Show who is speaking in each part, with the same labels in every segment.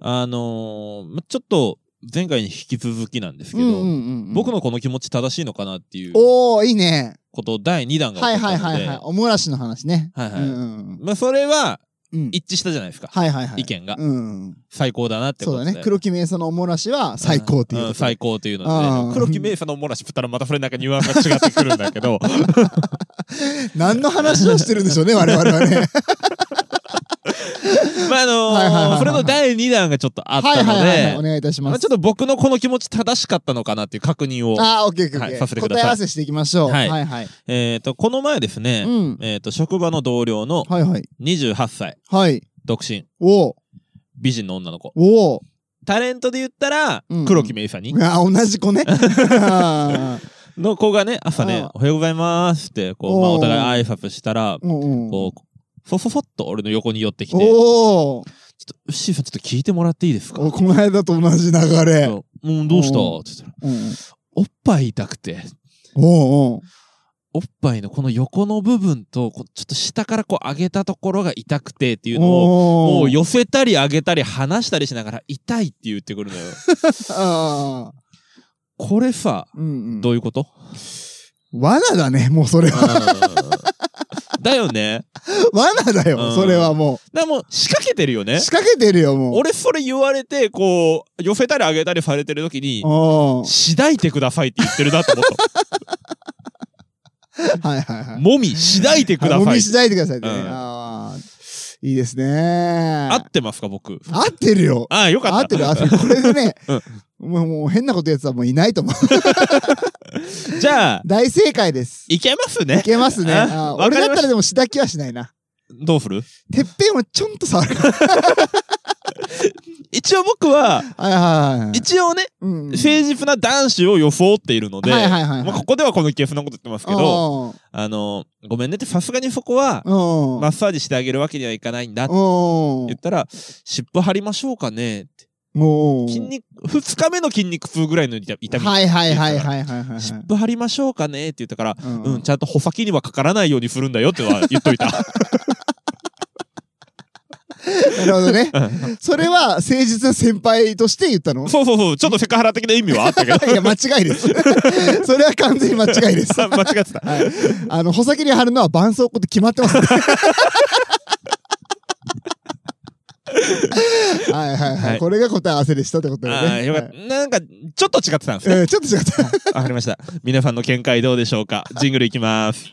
Speaker 1: あのーまちょっと前回に引き続きなんですけ
Speaker 2: う
Speaker 1: ど、
Speaker 2: んうんうんうん
Speaker 1: 僕のこの気持ち正しいのかなっていう
Speaker 2: おー、いいね。
Speaker 1: ことを第2弾が起こ
Speaker 2: はい
Speaker 1: ったの
Speaker 2: はい
Speaker 1: で、
Speaker 2: はいはい。おもらしの話ね。
Speaker 1: はいはい
Speaker 2: うんうん
Speaker 1: まあ、それは
Speaker 2: うんうん。
Speaker 1: 一致したじゃないですか、
Speaker 2: はいはいはい。
Speaker 1: 意見が、
Speaker 2: うんうん。
Speaker 1: 最高だなってこ
Speaker 2: そう
Speaker 1: と
Speaker 2: だ
Speaker 1: で
Speaker 2: ね。黒木名産のおもらしは最高っていうこと
Speaker 1: ん
Speaker 2: で。
Speaker 1: ん最高という
Speaker 2: あ
Speaker 1: の
Speaker 2: ー
Speaker 1: で黒木名産のおもらし振ったらまたそれなんかニュアンスが違ってくるんだけ ど
Speaker 2: 何の話をしてるんでしょうね、我々はね。
Speaker 1: まああのー
Speaker 2: はいはいはいはい
Speaker 1: それの第2弾がちょっと あったの
Speaker 2: は
Speaker 1: で、
Speaker 2: いはいはいはい。お願いいたし
Speaker 1: ま
Speaker 2: ま
Speaker 1: あ、ち
Speaker 2: す
Speaker 1: ょっ。と僕のこの気持ち正しかったのかなっていう確認を、
Speaker 2: あー、オッケーオッケーオ
Speaker 1: はい
Speaker 2: ッケ
Speaker 1: させて
Speaker 2: ー。
Speaker 1: くださ
Speaker 2: 答
Speaker 1: い
Speaker 2: え合わせしていきましょう。
Speaker 1: は
Speaker 2: はいいはい。
Speaker 1: えー、とこの前ですね、
Speaker 2: うん。
Speaker 1: えー、と職場の同僚の
Speaker 2: はいはい。
Speaker 1: 28歳
Speaker 2: はい。
Speaker 1: 独身
Speaker 2: おー。
Speaker 1: 美人の女の子
Speaker 2: おー。
Speaker 1: タレントで言ったら
Speaker 2: うん
Speaker 1: 黒木メイサに
Speaker 2: あー、同じ子 ね。あー
Speaker 1: の子がね朝ね
Speaker 2: ああ
Speaker 1: 「おはようございます」ってこう、まあ、
Speaker 2: おう
Speaker 1: お互い挨拶したら
Speaker 2: うんうん。
Speaker 1: こうそそそっと俺の横に寄ってきて「ちょっ
Speaker 2: おー。
Speaker 1: とウッシーさんちょっと聞いてもらっていいですか?
Speaker 2: お、」この間と同じ流れ。
Speaker 1: そううんどうした?」
Speaker 2: お
Speaker 1: って言ったら
Speaker 2: うんうん
Speaker 1: 「おっぱい痛くて
Speaker 2: おうおう。
Speaker 1: おっぱいのこの横の部分とこうちょっと下からこう上げたところが痛くて」っていうのを
Speaker 2: お
Speaker 1: もう
Speaker 2: ー。
Speaker 1: 寄せたり上げたり離したりしながら痛いって言ってくるの よ。
Speaker 2: あー
Speaker 1: これさ、
Speaker 2: うんう
Speaker 1: ど
Speaker 2: ん。
Speaker 1: ういうこと
Speaker 2: 罠だね、もうそ れは。
Speaker 1: だよね。
Speaker 2: 罠だ
Speaker 1: う
Speaker 2: よ、
Speaker 1: ん
Speaker 2: それはも
Speaker 1: だからもう仕掛けてるよ
Speaker 2: う。
Speaker 1: ね。
Speaker 2: 仕掛けてるよ、もう。
Speaker 1: 俺それ言われて、こう、寄せたり上げたりされてる時に、
Speaker 2: おー
Speaker 1: しだいてくださいって言ってるなと思っ
Speaker 2: はいはいは
Speaker 1: た。
Speaker 2: い。
Speaker 1: もみ、しだいてくだ
Speaker 2: あ揉
Speaker 1: さい
Speaker 2: み。しないでくださいってね。
Speaker 1: うん
Speaker 2: あーいいですね。
Speaker 1: 合
Speaker 2: 合
Speaker 1: ってますか、僕。
Speaker 2: ってるよ。
Speaker 1: ああ、よかった。
Speaker 2: 合ってる合ってる。これでね
Speaker 1: うん、
Speaker 2: もうもう変なことやつはもういないと思う。
Speaker 1: じゃあ、
Speaker 2: 大正解です。
Speaker 1: いけます
Speaker 2: い
Speaker 1: ね。
Speaker 2: けますね。
Speaker 1: あ
Speaker 2: あー
Speaker 1: わか
Speaker 2: 俺
Speaker 1: りました
Speaker 2: だったらでもしだきはしないな。
Speaker 1: どうする
Speaker 2: てっぺんをちょんと触る。はい
Speaker 1: 一応僕は、
Speaker 2: はいはいはい。
Speaker 1: 一応ね、
Speaker 2: うん
Speaker 1: 誠実な男子を装っているので、
Speaker 2: はいはいはいはい
Speaker 1: まあここではこのケフなこと言ってますけど、あの、ごめんねって、さすがにそこは、
Speaker 2: うん。うん。
Speaker 1: マッサージしてあげるわけにはいかないんだって
Speaker 2: うん
Speaker 1: 言っ。たら、尻尾張りましょうかねって。
Speaker 2: もう。
Speaker 1: 筋肉、二日目の筋肉痛ぐらいの痛み。
Speaker 2: はいはいはいはいはいはい。
Speaker 1: 尻尾張りましょうかねって言ったから、
Speaker 2: うん
Speaker 1: うん、ちゃんと穂先にはかからないようにするんだよっては言っといた。
Speaker 2: なるほどね。
Speaker 1: うん
Speaker 2: それは誠実な先輩として言ったの
Speaker 1: そうそうそう、ちょっとセクハラ的な意味はあったけど。
Speaker 2: いや、間違 いです。それは完全に間違いです。
Speaker 1: あ間違 ってた。
Speaker 2: あの、穂先に貼るのは絆創膏って決まっ てます、ね。はいはいはい。
Speaker 1: はい
Speaker 2: これが答え合わせでしたってことだ
Speaker 1: あ
Speaker 2: よ
Speaker 1: あ、
Speaker 2: ね。
Speaker 1: よかった。なんか、ちょっと違ってたんです
Speaker 2: はい
Speaker 1: ね。
Speaker 2: うんちょっと違った。
Speaker 1: わかりました。皆さんの見解どうでしょうか。ジングルいきます。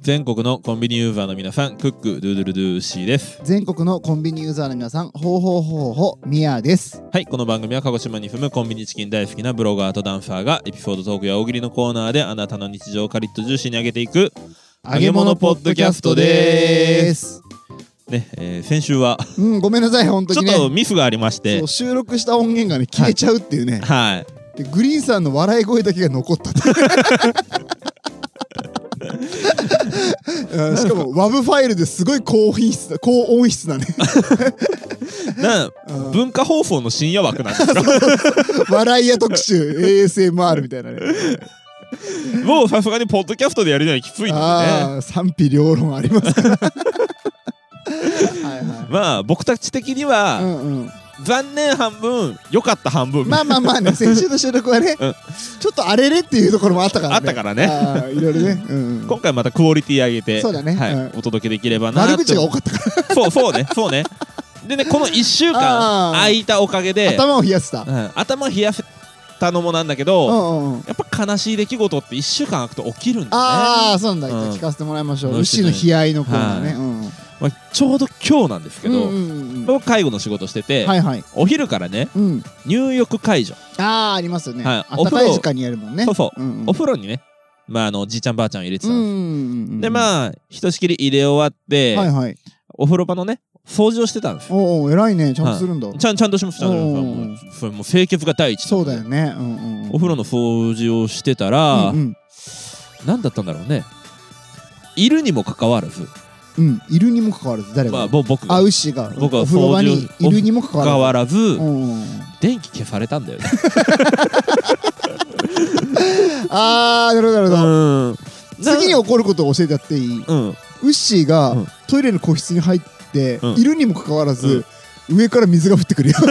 Speaker 1: 全国のコンビニユーザーの皆さん、クックドゥードゥルドゥーシーです。
Speaker 2: 全国のコンビニユーザーの皆さん、ほうほうほうほう、ミヤです。
Speaker 1: はい、この番組は鹿児島に住むコンビニチキン大好きなブロガーとダンサーがエピソードトークや大喜利のコーナーであなたの日常をカリッとジューシーに上げていく、揚げ物ポッドキャストでー
Speaker 2: す。
Speaker 1: ねえー先週は
Speaker 2: うん、ごめんなさい、本当
Speaker 1: ちょ
Speaker 2: に
Speaker 1: っ
Speaker 2: ね。
Speaker 1: とミスがありまして
Speaker 2: そう、収録した音源がね、消えちゃうっていうね。
Speaker 1: はい、
Speaker 2: でグリーンさんの笑い声だけが残ったっ ていううんしかも WAV ファイルですごい高品質な高音質 なね
Speaker 1: な
Speaker 2: うん
Speaker 1: 文化放送の深夜枠なん ですか
Speaker 2: 笑いや特集 ASMR みたいなね
Speaker 1: もうさすがにポッドキャストでやるにはきついんでね
Speaker 2: ああ賛否両論ありますからはいは
Speaker 1: まあ僕たち的に
Speaker 2: い、う
Speaker 1: は、
Speaker 2: んうん、
Speaker 1: 残念半分良かった半分、
Speaker 2: まあまあま あね先週の収録はね、
Speaker 1: うん
Speaker 2: ちょっとあれれっていうところもあったからね
Speaker 1: あったからね
Speaker 2: ああいろいろね、うんうん
Speaker 1: 今回またクオリティ上げて
Speaker 2: そうだね
Speaker 1: はい
Speaker 2: うん
Speaker 1: お届けできればなと
Speaker 2: 悪口が多かったか
Speaker 1: そうそうねそうねでねこの1週間
Speaker 2: あー
Speaker 1: 空いたおかげ
Speaker 2: ら
Speaker 1: で
Speaker 2: 頭を冷やせた、
Speaker 1: うん、頭冷やせたのもなんだけ
Speaker 2: う
Speaker 1: ど、
Speaker 2: んうんうん
Speaker 1: やっぱ悲しい出来事って1週間空くと起きるんだね、
Speaker 2: ああ、そうなんだ。じゃあ
Speaker 1: うん
Speaker 2: 聞かせてもらいましょ。
Speaker 1: そううです
Speaker 2: 牛
Speaker 1: ね
Speaker 2: の悲哀のコーナーね。
Speaker 1: まあ、ちょうど今日なんですけ
Speaker 2: うん
Speaker 1: ど、
Speaker 2: うんうんうん
Speaker 1: 僕介護の仕事してて、
Speaker 2: はいはい。
Speaker 1: お昼からね
Speaker 2: うん。
Speaker 1: 入浴解除、
Speaker 2: ああ、ありますよね。
Speaker 1: はい
Speaker 2: あったかい時間にやるもんね。
Speaker 1: そうそう、
Speaker 2: うんうん
Speaker 1: お風呂にね、まあ、あのじいちゃんばあちゃんを入れてた
Speaker 2: うん
Speaker 1: で
Speaker 2: ん
Speaker 1: す、
Speaker 2: うんうん。
Speaker 1: でまあひとしきり入れ終わって、
Speaker 2: はいはい。
Speaker 1: お風呂場のね掃除をしてたんですよ
Speaker 2: おお、偉いね。ちゃんとするんだ。
Speaker 1: ちゃんちゃんとしますちゃんとします
Speaker 2: うん
Speaker 1: もうそれもう清潔が第一
Speaker 2: そうだよね。うんうんうん。
Speaker 1: お風呂の掃除をしてたら、
Speaker 2: うんうん
Speaker 1: 何だったんだろうねいるにもかかわらず
Speaker 2: うんいるにもかかわらず誰
Speaker 1: まあ、
Speaker 2: が
Speaker 1: ぼ僕
Speaker 2: あ
Speaker 1: が
Speaker 2: ウッシーが
Speaker 1: 僕は
Speaker 2: お風呂場
Speaker 1: 掃
Speaker 2: に
Speaker 1: 除
Speaker 2: いるにもかか
Speaker 1: 変
Speaker 2: わ
Speaker 1: わらず、
Speaker 2: らずうん
Speaker 1: 電気消されたんだよね。
Speaker 2: あーなるほどなるほど
Speaker 1: うん。
Speaker 2: 次に起こることを教えてやっていい
Speaker 1: うん。
Speaker 2: ウッシーが
Speaker 1: うん
Speaker 2: トイレの個室に入って
Speaker 1: うん
Speaker 2: いるにもかかわらず上から水が降ってくるよ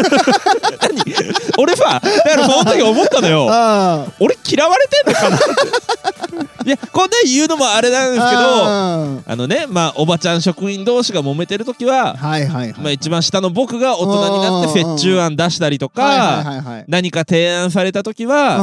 Speaker 1: 俺さ、だからその時思ったの よ。
Speaker 2: あー
Speaker 1: 俺嫌われてんのかな って。いや、こんな言うのもあれなんですけど、
Speaker 2: あ
Speaker 1: あのね、まあ、おばちゃん職員同士が揉めてる時
Speaker 2: ー
Speaker 1: は、
Speaker 2: はいはい
Speaker 1: まあ、
Speaker 2: はい
Speaker 1: 一番下の僕が大人になって
Speaker 2: うんうんうん
Speaker 1: 折衷案出したりと
Speaker 2: はい
Speaker 1: か、
Speaker 2: はいはいはい
Speaker 1: 何か提案された時
Speaker 2: う
Speaker 1: は、
Speaker 2: ん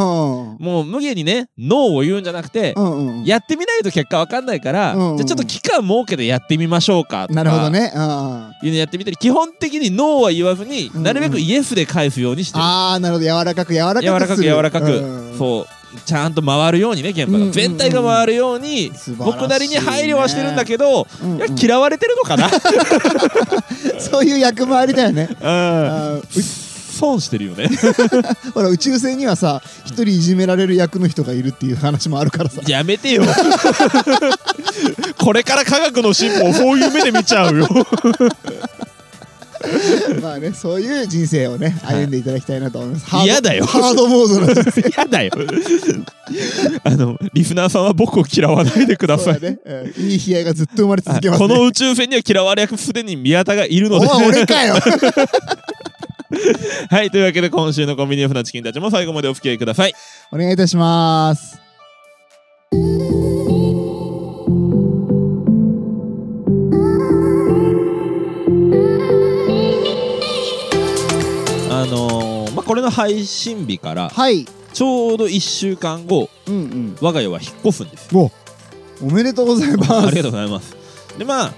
Speaker 1: もう無限にね、ノーを言うんじゃなくて、
Speaker 2: うんうん
Speaker 1: やってみないと結果わかんないから、
Speaker 2: うんうん
Speaker 1: じゃあちょっと期間設けてやってみましょうかとか
Speaker 2: なるほどねあ
Speaker 1: いうのやってみたり基本的にノーは言わずに、
Speaker 2: うん
Speaker 1: なるべくイエスで返すようにしてる
Speaker 2: あーなるほど柔らかく柔らかく
Speaker 1: 柔らかく
Speaker 2: する
Speaker 1: 柔らかく、
Speaker 2: うん
Speaker 1: そうちゃんと回るようにね現場が、
Speaker 2: うんうんうん
Speaker 1: 全体が回るように
Speaker 2: 素晴らしいね
Speaker 1: 僕なりに配慮はしてるんだけど、
Speaker 2: うんうん
Speaker 1: いや嫌われてるのか な、
Speaker 2: そういう役回りだよね
Speaker 1: うん、
Speaker 2: あー
Speaker 1: 損してるよね
Speaker 2: ほら宇宙船にはさ一人いじめられる役の人がいるっていう話もあるか らさ
Speaker 1: やめてよこれから科学の進歩をそういう目で見ちゃうよ
Speaker 2: まあねそういう人生をね
Speaker 1: い
Speaker 2: 歩んでいただきたいなと思いますハード
Speaker 1: 嫌だよ
Speaker 2: ハードモードの人生
Speaker 1: 嫌だよあのリスナーさんは僕を嫌わないでくだ
Speaker 2: そ
Speaker 1: さ
Speaker 2: う
Speaker 1: い、
Speaker 2: だね、うんいい悲哀がずっと生まれ続
Speaker 1: はい
Speaker 2: けます
Speaker 1: こ
Speaker 2: ね
Speaker 1: の宇宙船には嫌われ役すでに宮田がいるの
Speaker 2: お
Speaker 1: で
Speaker 2: 前俺かよ
Speaker 1: はい、というわけで今週のコンビニエフなチキンたちも最後までお付き合いください。
Speaker 2: お願いいたします
Speaker 1: あのーまあ、これの配信日から、
Speaker 2: はい
Speaker 1: ちょうど1週間後、
Speaker 2: うんうん
Speaker 1: 我が家は引っ越すんですよ。
Speaker 2: おおめでとうございます
Speaker 1: ありがとうございます。で、まあ、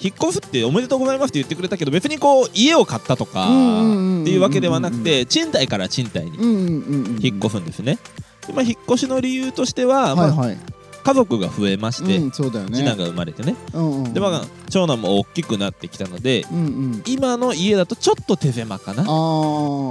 Speaker 1: 引っ越すっておめでとうございますって言ってくれたけど、別にこう、家を買ったとか、
Speaker 2: うんうんうんうん
Speaker 1: っていうわけではなくて、賃貸から賃貸に
Speaker 2: うんうんうんうん
Speaker 1: 引っ越すんですね。でまあ、引っ越しの理由としては、
Speaker 2: はい
Speaker 1: ま
Speaker 2: はい、
Speaker 1: あ、家族が増えまして、
Speaker 2: うんそうだよね
Speaker 1: 次男が生まれてね。
Speaker 2: うんうん
Speaker 1: で、まあ、長男も大きくなってきたので、
Speaker 2: うんうん
Speaker 1: 今の家だとちょっと手狭かな。
Speaker 2: ああ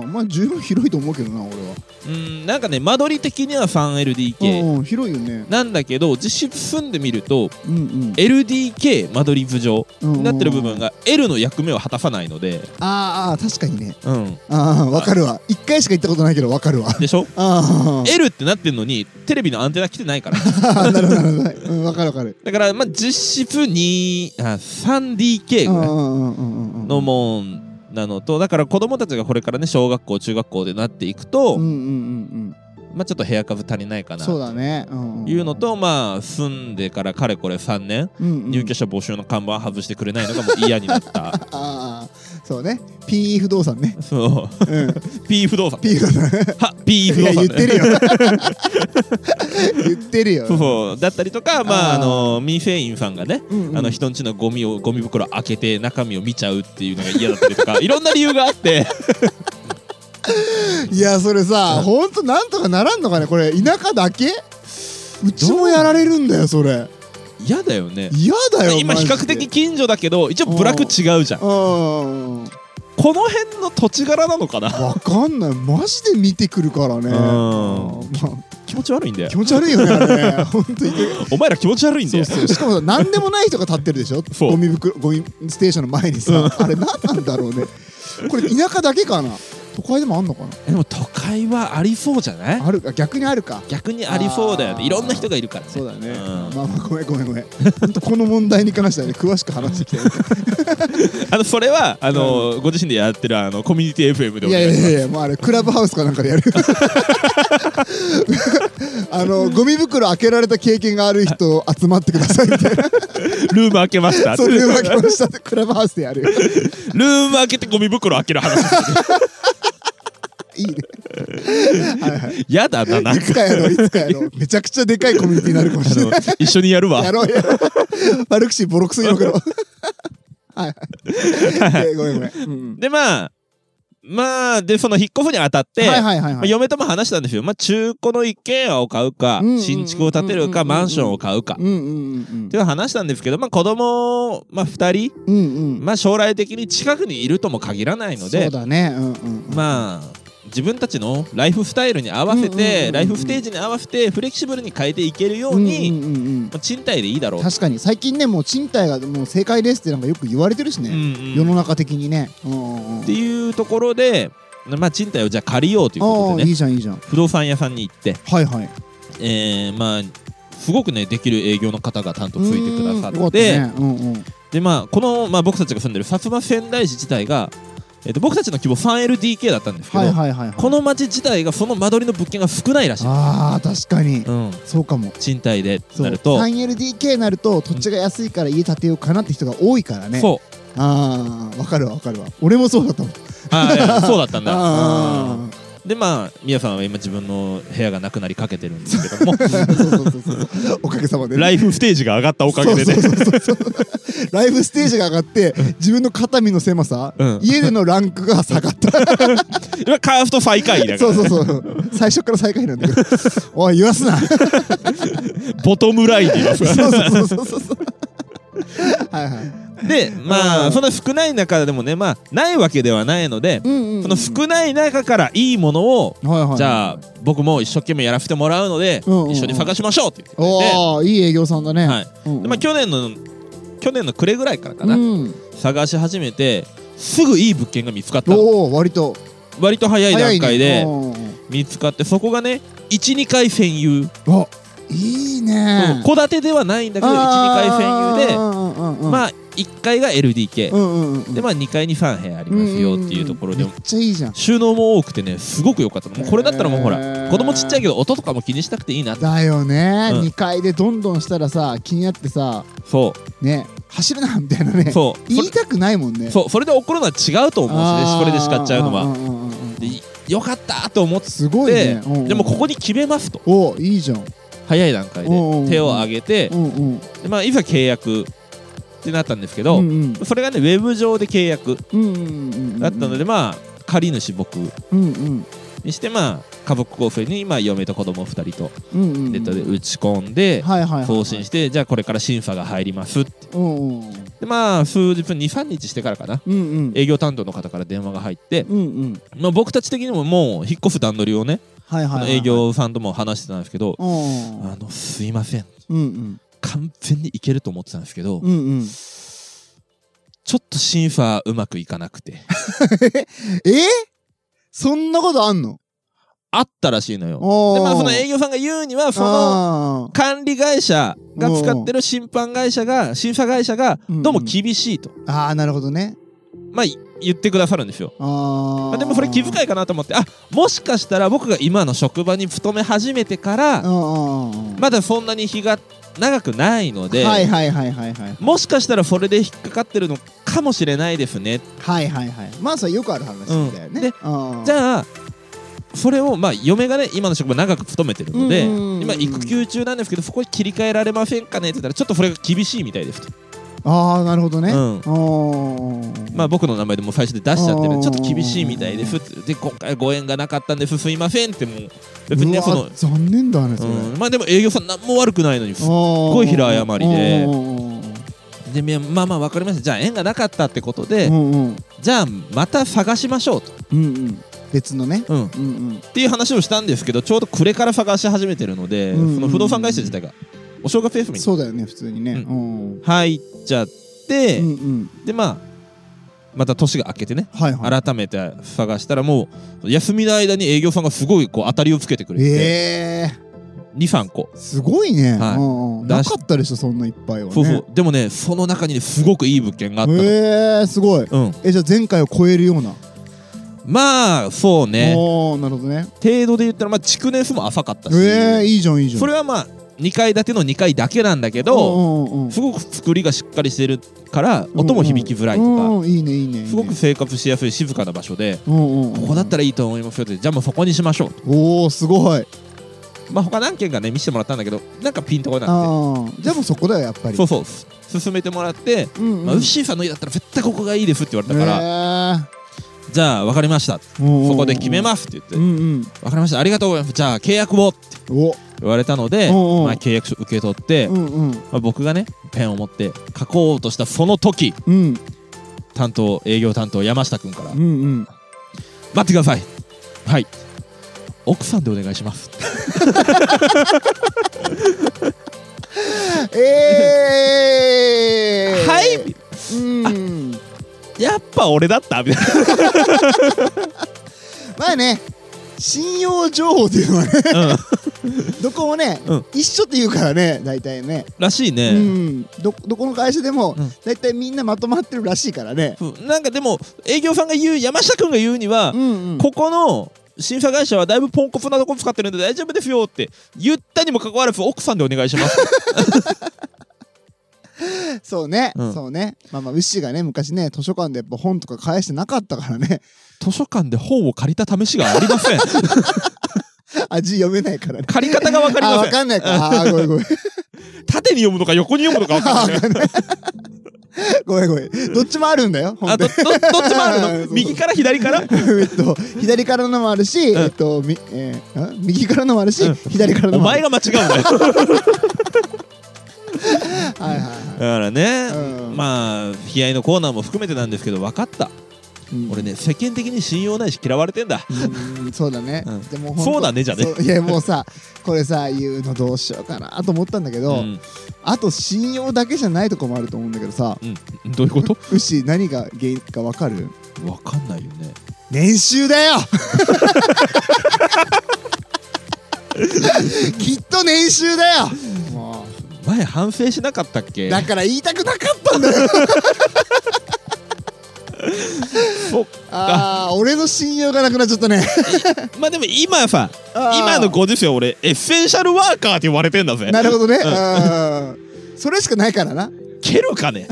Speaker 2: まあ十分広いと思うけどな俺は
Speaker 1: うんなんかね間取り的には 3LDK
Speaker 2: うんうん広いよね
Speaker 1: なんだけど実質住んでみると
Speaker 2: うんうん
Speaker 1: LDK 間取り図上
Speaker 2: うんうん
Speaker 1: になってる部分が L の役目を果たさないので、
Speaker 2: あーあー確かにね
Speaker 1: うん、
Speaker 2: ああわかるわ一回しか行ったことないけどわかるわ
Speaker 1: でしょ
Speaker 2: あ
Speaker 1: L ってなってんのにテレビのアンテナ来てないから
Speaker 2: あ なるほどなるほどはいうんわかるわかる
Speaker 1: だからまあ実質にあ 3DK
Speaker 2: う
Speaker 1: ぐ
Speaker 2: んう
Speaker 1: らい
Speaker 2: んうんうんうん
Speaker 1: のもんなのとだから子供たちがこれからね小学校中学校でなっていく
Speaker 2: う
Speaker 1: と、
Speaker 2: んうんうん
Speaker 1: まあ、ちょっと部屋数足りないか
Speaker 2: うん
Speaker 1: な
Speaker 2: そう
Speaker 1: と
Speaker 2: だねうんん
Speaker 1: いうのとまあ住んでからかれこれ3年
Speaker 2: うんうん
Speaker 1: 入居者募集の看板外してくれないのがもう嫌になった
Speaker 2: ああそうね PE 不動産ね
Speaker 1: そう
Speaker 2: うん
Speaker 1: P 不動産
Speaker 2: PE 不動産
Speaker 1: は P 不
Speaker 2: い
Speaker 1: 動
Speaker 2: や
Speaker 1: 産
Speaker 2: 言ってるよ 言ってるよ
Speaker 1: そうそうだったりとかまあ
Speaker 2: あー
Speaker 1: あの民生員さんがね
Speaker 2: うんうん
Speaker 1: あの人んちのゴミをゴミ袋開けて中身を見ちゃうっていうのが嫌だったりと かいろんな理由があって
Speaker 2: いやそれさ
Speaker 1: うん
Speaker 2: ほんとなんとかならんのかねこれ田舎だけうちもやられるんだよそれ
Speaker 1: 嫌だよね
Speaker 2: 嫌だよ
Speaker 1: 今
Speaker 2: マ
Speaker 1: 比
Speaker 2: ジで
Speaker 1: 較的近所だけど一応ブラック違うじゃん
Speaker 2: うん
Speaker 1: この辺の土地柄なのかな
Speaker 2: わかんないマジで見てくるからね
Speaker 1: ん
Speaker 2: まあ
Speaker 1: 気持ち悪いんだよ
Speaker 2: 気持ち悪いよねあれね本当に
Speaker 1: お前ら気持ち悪いんだ
Speaker 2: そ
Speaker 1: よ
Speaker 2: うそうしかもさ何でもない人が立ってるで しょ
Speaker 1: そう
Speaker 2: ゴミ袋ゴミステーションの前にさ あれ何なんだろうねこれ田舎だけかな都会でもあんのか
Speaker 1: でも都会はありそうじゃない
Speaker 2: なあるか逆にあるか
Speaker 1: 逆にありそうだよね
Speaker 2: あー
Speaker 1: いろんな人がいるからね
Speaker 2: そうだね、
Speaker 1: ん
Speaker 2: まあまあごめんごめんごめんほんとこの問題に関してはね詳しく話してきた よ
Speaker 1: あのそれはあの、ご自身でやってるあのコミュニティ FM でお
Speaker 2: いや
Speaker 1: 願
Speaker 2: い
Speaker 1: いします
Speaker 2: やいやもうあれクラブハウスかなんかでや るあのゴミ袋開けられた経験がある 人集まってくださいみた いな
Speaker 1: ルーム開けました
Speaker 2: そ
Speaker 1: ル
Speaker 2: れを開けましたってクラブハウスでやる
Speaker 1: ーム開けてゴミ袋開ける話
Speaker 2: いいねはいはい
Speaker 1: やだななん
Speaker 2: い
Speaker 1: か
Speaker 2: つかやろういつかやろうめちゃくちゃでかいコミュニティになるかも
Speaker 1: あ
Speaker 2: しれ
Speaker 1: の
Speaker 2: ない
Speaker 1: 一緒にやるわ
Speaker 2: やろ うやろう悪口ボロクソ言おうけどはいはいでごめんごめん、うん
Speaker 1: でまあまあでその引っ越すにあたって、
Speaker 2: はいはいはい
Speaker 1: ま
Speaker 2: は
Speaker 1: あ、
Speaker 2: い
Speaker 1: 嫁とも話したんですよ、まあ、中古の一軒家を買うか、
Speaker 2: うんうんうん
Speaker 1: 新築を建てるか、
Speaker 2: うんうんうん
Speaker 1: マンションを買うか、
Speaker 2: うんうんうん
Speaker 1: っていう話したんですけど、まあ、子供、まあ、2人、
Speaker 2: うんうん
Speaker 1: まあ、将来的に近くにいるとも限らないの
Speaker 2: そ
Speaker 1: で
Speaker 2: うだねうんうんうん
Speaker 1: まあ自分たちのライフスタイルに合わせ
Speaker 2: うんうんうんう
Speaker 1: て
Speaker 2: ん
Speaker 1: ライフステージに合わせてフレキシブルに変えていけるように、
Speaker 2: うんうんうん
Speaker 1: まあ、賃貸でいいだろ
Speaker 2: う、
Speaker 1: うん
Speaker 2: 確かに最近ねもう賃貸がもう正解ですってなんかよく言われてるしね、
Speaker 1: うんうん
Speaker 2: 世の中的にね、うんうんうん、
Speaker 1: っていうところで、まあ、賃貸をじゃあ借りようということ
Speaker 2: ああ
Speaker 1: で
Speaker 2: い
Speaker 1: ね
Speaker 2: いじゃんいいじゃん
Speaker 1: 不動産屋さんに行って、
Speaker 2: はいはい
Speaker 1: えーまあ、すごくねできる営業の方が担当ついてくださ
Speaker 2: うんよか
Speaker 1: っ
Speaker 2: った
Speaker 1: て
Speaker 2: ねうんうん、
Speaker 1: で、まあ、この、まあ、僕たちが住んでる薩摩仙台市自体が、えっと僕たちの規模 3LDK だったんですけど、
Speaker 2: はいはいはいはい
Speaker 1: この町自体がその間取りの物件が少ないらしい、
Speaker 2: あー確かに、
Speaker 1: うん、
Speaker 2: そうかも
Speaker 1: 賃貸でって
Speaker 2: そう
Speaker 1: なると
Speaker 2: 3LDK になると土地が安いから家建てようかなって人が多いからね
Speaker 1: そう
Speaker 2: ああわかるわわかるわ俺もそうだったもん
Speaker 1: あいやそうだったんだ
Speaker 2: あ
Speaker 1: でまあみやさんは今自分の部屋がなくなりかけてるんですけども
Speaker 2: ー そうそうそうそうおかげ さまでね
Speaker 1: ライフステージが上がったおかげでね
Speaker 2: そうそうそうそうライフステージが上がって自分の肩身の狭さ、
Speaker 1: うん
Speaker 2: 家でのランクが下がった
Speaker 1: 今カーフト最下位だから
Speaker 2: そうそうそう最初から最下位なんだけどおい言わす なそう
Speaker 1: ボトムラインにいます
Speaker 2: そうそうそうそうはいはい
Speaker 1: でま
Speaker 2: う
Speaker 1: あ
Speaker 2: ん
Speaker 1: その少ない中でもねまあないわけではないので
Speaker 2: うんうんうん
Speaker 1: その少ない中からいいものを
Speaker 2: はいはいはい
Speaker 1: じゃあ僕も一生懸命やらせてもらうので
Speaker 2: うんうんうん
Speaker 1: 一緒に探しましょうって言ってく
Speaker 2: おおいい営業さんだね、
Speaker 1: れてはい
Speaker 2: うんうん
Speaker 1: でまあ去年の去年の暮れぐらいからかな
Speaker 2: うん、
Speaker 1: 探し始めてすぐいい物件が見つかったの
Speaker 2: おお割と
Speaker 1: 割と早い
Speaker 2: 早
Speaker 1: 段
Speaker 2: いね
Speaker 1: 階で
Speaker 2: うんうんうん
Speaker 1: 見つかってそこがね12回占有
Speaker 2: あいいね
Speaker 1: 戸建てではないんだけど12回占有で
Speaker 2: あ
Speaker 1: まあ1階が LDK
Speaker 2: ーうんうんうんうんうんうん
Speaker 1: でまあ2階に3部屋ありますよっていうところで
Speaker 2: めっちゃいいじゃん
Speaker 1: 収納も多くてねすごく良かったのもうこれだったらもうほ
Speaker 2: へ
Speaker 1: ら
Speaker 2: ー
Speaker 1: 子供ちっちゃいけど音とかも気にしなくていいなって
Speaker 2: だよね、
Speaker 1: うん
Speaker 2: 2階でどんどんしたらさ気になってさ
Speaker 1: そ
Speaker 2: ね走るなみたいなね
Speaker 1: うそうそ
Speaker 2: 言い
Speaker 1: れ
Speaker 2: たくないもんね
Speaker 1: そうそれで怒るのは違うと思うし
Speaker 2: あ
Speaker 1: ね
Speaker 2: ー
Speaker 1: これで叱っちゃうの
Speaker 2: ん
Speaker 1: は
Speaker 2: んうんうん
Speaker 1: でよかったと思っ
Speaker 2: すごい
Speaker 1: て
Speaker 2: ね、うんうん
Speaker 1: でもここに決めますと
Speaker 2: おおいいじゃん
Speaker 1: 早い段階で
Speaker 2: うんうんうん
Speaker 1: 手を挙げて
Speaker 2: うんうん
Speaker 1: でまあいざ契約ってなったんですけ
Speaker 2: う
Speaker 1: ど
Speaker 2: んうん
Speaker 1: それがねウェブ上で契約
Speaker 2: うんうんうん
Speaker 1: だったのでまあ借り主僕
Speaker 2: うんうん
Speaker 1: にしてまあ家族構成にまあ嫁と子供2人と
Speaker 2: うんうん
Speaker 1: ネットで打ち込んで
Speaker 2: はいはいはいはい
Speaker 1: 送信してじゃあこれから審査が入りますって
Speaker 2: うんうん
Speaker 1: でまあ数日23日してからかな
Speaker 2: うんうん
Speaker 1: 営業担当の方から電話が入って、
Speaker 2: うんうん
Speaker 1: まあ、僕たち的にももう引っ越す段取りをね、
Speaker 2: はい
Speaker 1: あ
Speaker 2: はい
Speaker 1: の
Speaker 2: はい
Speaker 1: 営業さんとも話してたんですけど、
Speaker 2: うん
Speaker 1: あのすいません
Speaker 2: うん
Speaker 1: 完全にいけると思ってたんですけど、
Speaker 2: うんうんうん
Speaker 1: ちょっと審査うまくいかなくて
Speaker 2: えーそんなことあんの
Speaker 1: あったらしいのよ
Speaker 2: おー
Speaker 1: でまあその営業さんが言うにはその
Speaker 2: あ
Speaker 1: 管理会社が使ってる審判会社が審査会社が
Speaker 2: うんうん
Speaker 1: どうも厳しいと、
Speaker 2: ーあーなるほどね
Speaker 1: まあい言ってくださるんですよ、
Speaker 2: あ
Speaker 1: ま
Speaker 2: ー
Speaker 1: あ、でもそれ気遣いかなと思ってあもしかしたら僕が今の職場に勤め始めてから
Speaker 2: うんうんうん
Speaker 1: まだそんなに日が長くないので、
Speaker 2: はいはいはいはいはい
Speaker 1: もしかしたらそれで引っかかってるのかもしれないですね、
Speaker 2: はいはいはいまあそれよくある話だよ
Speaker 1: うんで
Speaker 2: ね
Speaker 1: じゃ
Speaker 2: あ
Speaker 1: あそれをまあ嫁がね今の職場長く勤めてるので、
Speaker 2: うんうんうん
Speaker 1: 今育休中なんですけどそこに切り替えられませんかねって言ったらちょっとそれが厳しいみたいですと、
Speaker 2: あーなるほどね
Speaker 1: うん
Speaker 2: うん
Speaker 1: まあ、僕の名前でもう最初で出しちゃってる
Speaker 2: うん
Speaker 1: んでちょっと厳しいみたいですってで今回ご縁がなかったんですすいませんってもう別にね
Speaker 2: うわ
Speaker 1: その、
Speaker 2: 残念だねそれ
Speaker 1: うん、まあでも営業さん何も悪くないのに
Speaker 2: すご
Speaker 1: い平謝りで
Speaker 2: う
Speaker 1: でみまあまあ分かりましたじゃあ縁がなかったってことで、
Speaker 2: んうん
Speaker 1: じゃあまた探しましょうと、
Speaker 2: うんうん別のね
Speaker 1: うん、
Speaker 2: うんうん
Speaker 1: っていう話をしたんですけどちょうど暮れから探し始めてるので、
Speaker 2: うんうんうん
Speaker 1: その不動産会社自体がお正月休みに
Speaker 2: そうだよね普通にね
Speaker 1: う
Speaker 2: うん
Speaker 1: 入っちゃって、
Speaker 2: うんうん
Speaker 1: でまあまた年が明けてね
Speaker 2: はいはい
Speaker 1: 改めて探したらもう休みの間に営業さんがすごいこう当たりをつけてくれて、
Speaker 2: ええ
Speaker 1: 23個、
Speaker 2: すごいね
Speaker 1: はい
Speaker 2: うんうんなかったでしょそんないっぱいはね
Speaker 1: そうそうでもねその中にねすごくいい物件があったの、
Speaker 2: ええすごい
Speaker 1: うん、
Speaker 2: えじゃあ前回を超えるような
Speaker 1: まあそうね
Speaker 2: おーなるほどね
Speaker 1: 程度で言ったら、まあ、築年数も浅かったし、
Speaker 2: ええいいじゃんいいじゃん
Speaker 1: それはまあ2階建ての2階だけなんだけど、
Speaker 2: うんうんうん
Speaker 1: すごく作りがしっかりしてるから音も響きづらいとか、
Speaker 2: うんうんいいねいいねいいね
Speaker 1: すごく生活しやすい静かな場所で、
Speaker 2: うんうん
Speaker 1: ここだった
Speaker 2: ら
Speaker 1: らいいと思いますよってじゃあもうそこにしましょうと
Speaker 2: おおすごい
Speaker 1: まあ他何軒かね見せてもらったんだけどなんかピンとこなく
Speaker 2: ああじゃあもうそこだよやっぱ
Speaker 1: て
Speaker 2: り
Speaker 1: そうそうす勧めてもらって、
Speaker 2: うんうん
Speaker 1: まあ、ウッシーさんの家だったら絶対ここがいいですって言われたから、
Speaker 2: ら
Speaker 1: じゃあ分かりましたそ
Speaker 2: そ
Speaker 1: こで決めますって言って、
Speaker 2: うんうん
Speaker 1: 分かりましたありがとうございますじゃあ契約をって
Speaker 2: お
Speaker 1: 言われたので、
Speaker 2: うんうん
Speaker 1: まあ、契約書受け取って、
Speaker 2: うんうん
Speaker 1: まあ、僕がねペンを持って書こうとしたその時
Speaker 2: うん
Speaker 1: 担当営業担当山下君から
Speaker 2: うんうん
Speaker 1: 待ってくださいはい奥さんでお願いします
Speaker 2: えー、
Speaker 1: はいうみ
Speaker 2: ーん
Speaker 1: やっぱ俺だ ったみたい
Speaker 2: まあね信用情報っていうのはね
Speaker 1: な、うん、
Speaker 2: どこもね、
Speaker 1: うん
Speaker 2: 一緒って言うからね大体ね、
Speaker 1: らしいね、
Speaker 2: うんどどこの会社でも、
Speaker 1: うん
Speaker 2: 大体みんなまとまってるらしいからね
Speaker 1: うんなんかでも営業さんが言う山下君が言うには、
Speaker 2: うんうん
Speaker 1: ここの審査会社はだいぶポンコツなとこ使ってるんで大丈夫ですよって言ったにもかかわらず奥さんでお願いします
Speaker 2: そうね、
Speaker 1: うん
Speaker 2: そうねまあまあウッシーがね昔ね図書館でやっぱ本とか返してなかったからね
Speaker 1: 図書館で本を借りた試しがありません
Speaker 2: あ字読めないからね
Speaker 1: 借り方が分かり
Speaker 2: あ
Speaker 1: ま
Speaker 2: わ
Speaker 1: せん
Speaker 2: かんないかあーごめんごめん
Speaker 1: 縦に読むのか横に読むのか分かんない
Speaker 2: ごめんごめんどっちもあるんだよ
Speaker 1: あ
Speaker 2: 本当
Speaker 1: ど
Speaker 2: に
Speaker 1: どどっちもあ
Speaker 2: そう
Speaker 1: るの
Speaker 2: そう
Speaker 1: 右から左から
Speaker 2: えっと 左からのもあるし、
Speaker 1: うん
Speaker 2: えっとみえーん右からのもあるし、
Speaker 1: うん
Speaker 2: 左からの
Speaker 1: お
Speaker 2: もあ
Speaker 1: 前が
Speaker 2: る
Speaker 1: 間違うんだよ
Speaker 2: はいはいは
Speaker 1: だからね、
Speaker 2: うん
Speaker 1: まあ悲哀のコーナーも含めてなんですけど分かった
Speaker 2: い、うん
Speaker 1: 俺ね世間的に信用ないし嫌われてんだ
Speaker 2: うーんそうだね、
Speaker 1: うん
Speaker 2: でもほんと
Speaker 1: そうだねじゃね
Speaker 2: そういやもうさこれさ言うのどうしようかなと思ったんだけど、
Speaker 1: ん、
Speaker 2: あと信用だけじゃないとこもあると思うんだけどさ
Speaker 1: うんどういうこと
Speaker 2: うし何が原因かわかる
Speaker 1: 分かんないよね
Speaker 2: 年収だ よきっと年収だよも
Speaker 1: 前反省しなかったっけ
Speaker 2: うだから言いたくなかったんだよ
Speaker 1: そっ
Speaker 2: あー俺の信用がなくなっち ゃったね
Speaker 1: まあでも今さ
Speaker 2: あー
Speaker 1: 今のご時世俺エッセンシャルワーカーって言われてんだぜ
Speaker 2: なるほどね、うんそれしかないからな
Speaker 1: 蹴るかね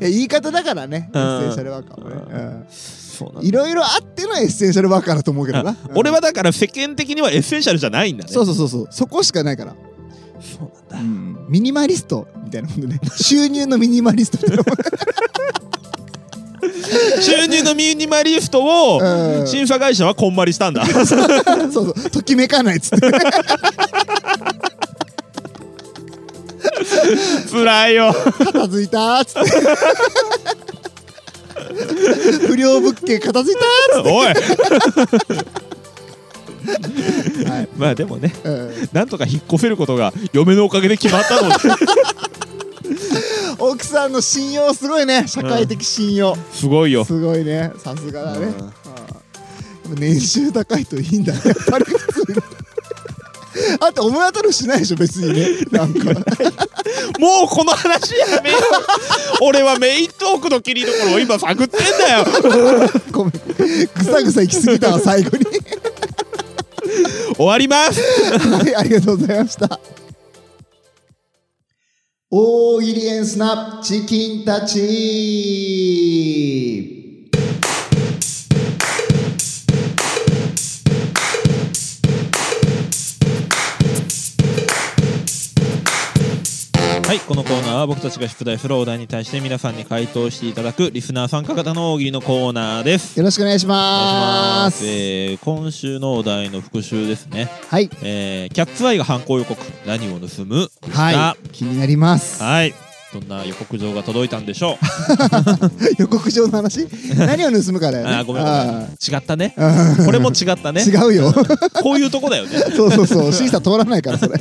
Speaker 2: いや言い方だからね、
Speaker 1: うん
Speaker 2: エッセンシャルワーカーもね、うん
Speaker 1: そうなんだ
Speaker 2: いろいろあってのエッセンシャルワーカーだと思うけどな
Speaker 1: あ。俺はだから世間的にはエッセンシャルじゃないんだ
Speaker 2: うん
Speaker 1: ね
Speaker 2: そうそうそうそう。そこしかないから。
Speaker 1: そうなんだ
Speaker 2: ミニマリストみたいなもんでね。収入のミニマリストみたいなもん
Speaker 1: 収入のミニマリストを
Speaker 2: うん
Speaker 1: 審査会社はこんまりした んだ
Speaker 2: でそうそう。ときめかないっつって。
Speaker 1: つらいよ
Speaker 2: 片付いたーっ つって。不良物件片付いた
Speaker 1: おい
Speaker 2: ーっつって。はい。
Speaker 1: まあでもね
Speaker 2: うん
Speaker 1: なんとか引っ越せることが嫁のおかげで決まった ので
Speaker 2: 奥さんの信用すごいね。社会的信用。
Speaker 1: すごいよ
Speaker 2: すごいね。さすがだね。
Speaker 1: う
Speaker 2: うんんでも年収高いといいんだね。やっぱり普 通にあと思い当たるしないでしょ別にねなんか
Speaker 1: もうこの話やめよう俺はメイントークの切りどころを今探ってんだよ
Speaker 2: ごめんぐさぐさ行き過ぎたわ最後に
Speaker 1: 終わります
Speaker 2: はいありがとうございました大喜利エンスナチキンたち
Speaker 1: はいこのコーナーは僕たちが出題するお題に対して皆さんに回答していただくリスナー参加型の大喜利のコーナーです
Speaker 2: よろしくお願いし
Speaker 1: お願
Speaker 2: ま
Speaker 1: いしますす、えー今週のお題の復習ですね、
Speaker 2: はい
Speaker 1: えーキャッツアイが犯行予告何を盗むでした
Speaker 2: はい気になります
Speaker 1: はいどんな予告状が届いたんでしょう
Speaker 2: 予告状の 話何を盗むかだよね
Speaker 1: あーごめんごめん
Speaker 2: あ
Speaker 1: 違ったね
Speaker 2: ー
Speaker 1: これも違ったね
Speaker 2: 違うよ
Speaker 1: こういうとこだよね
Speaker 2: そうそうそう審査通らないからそれ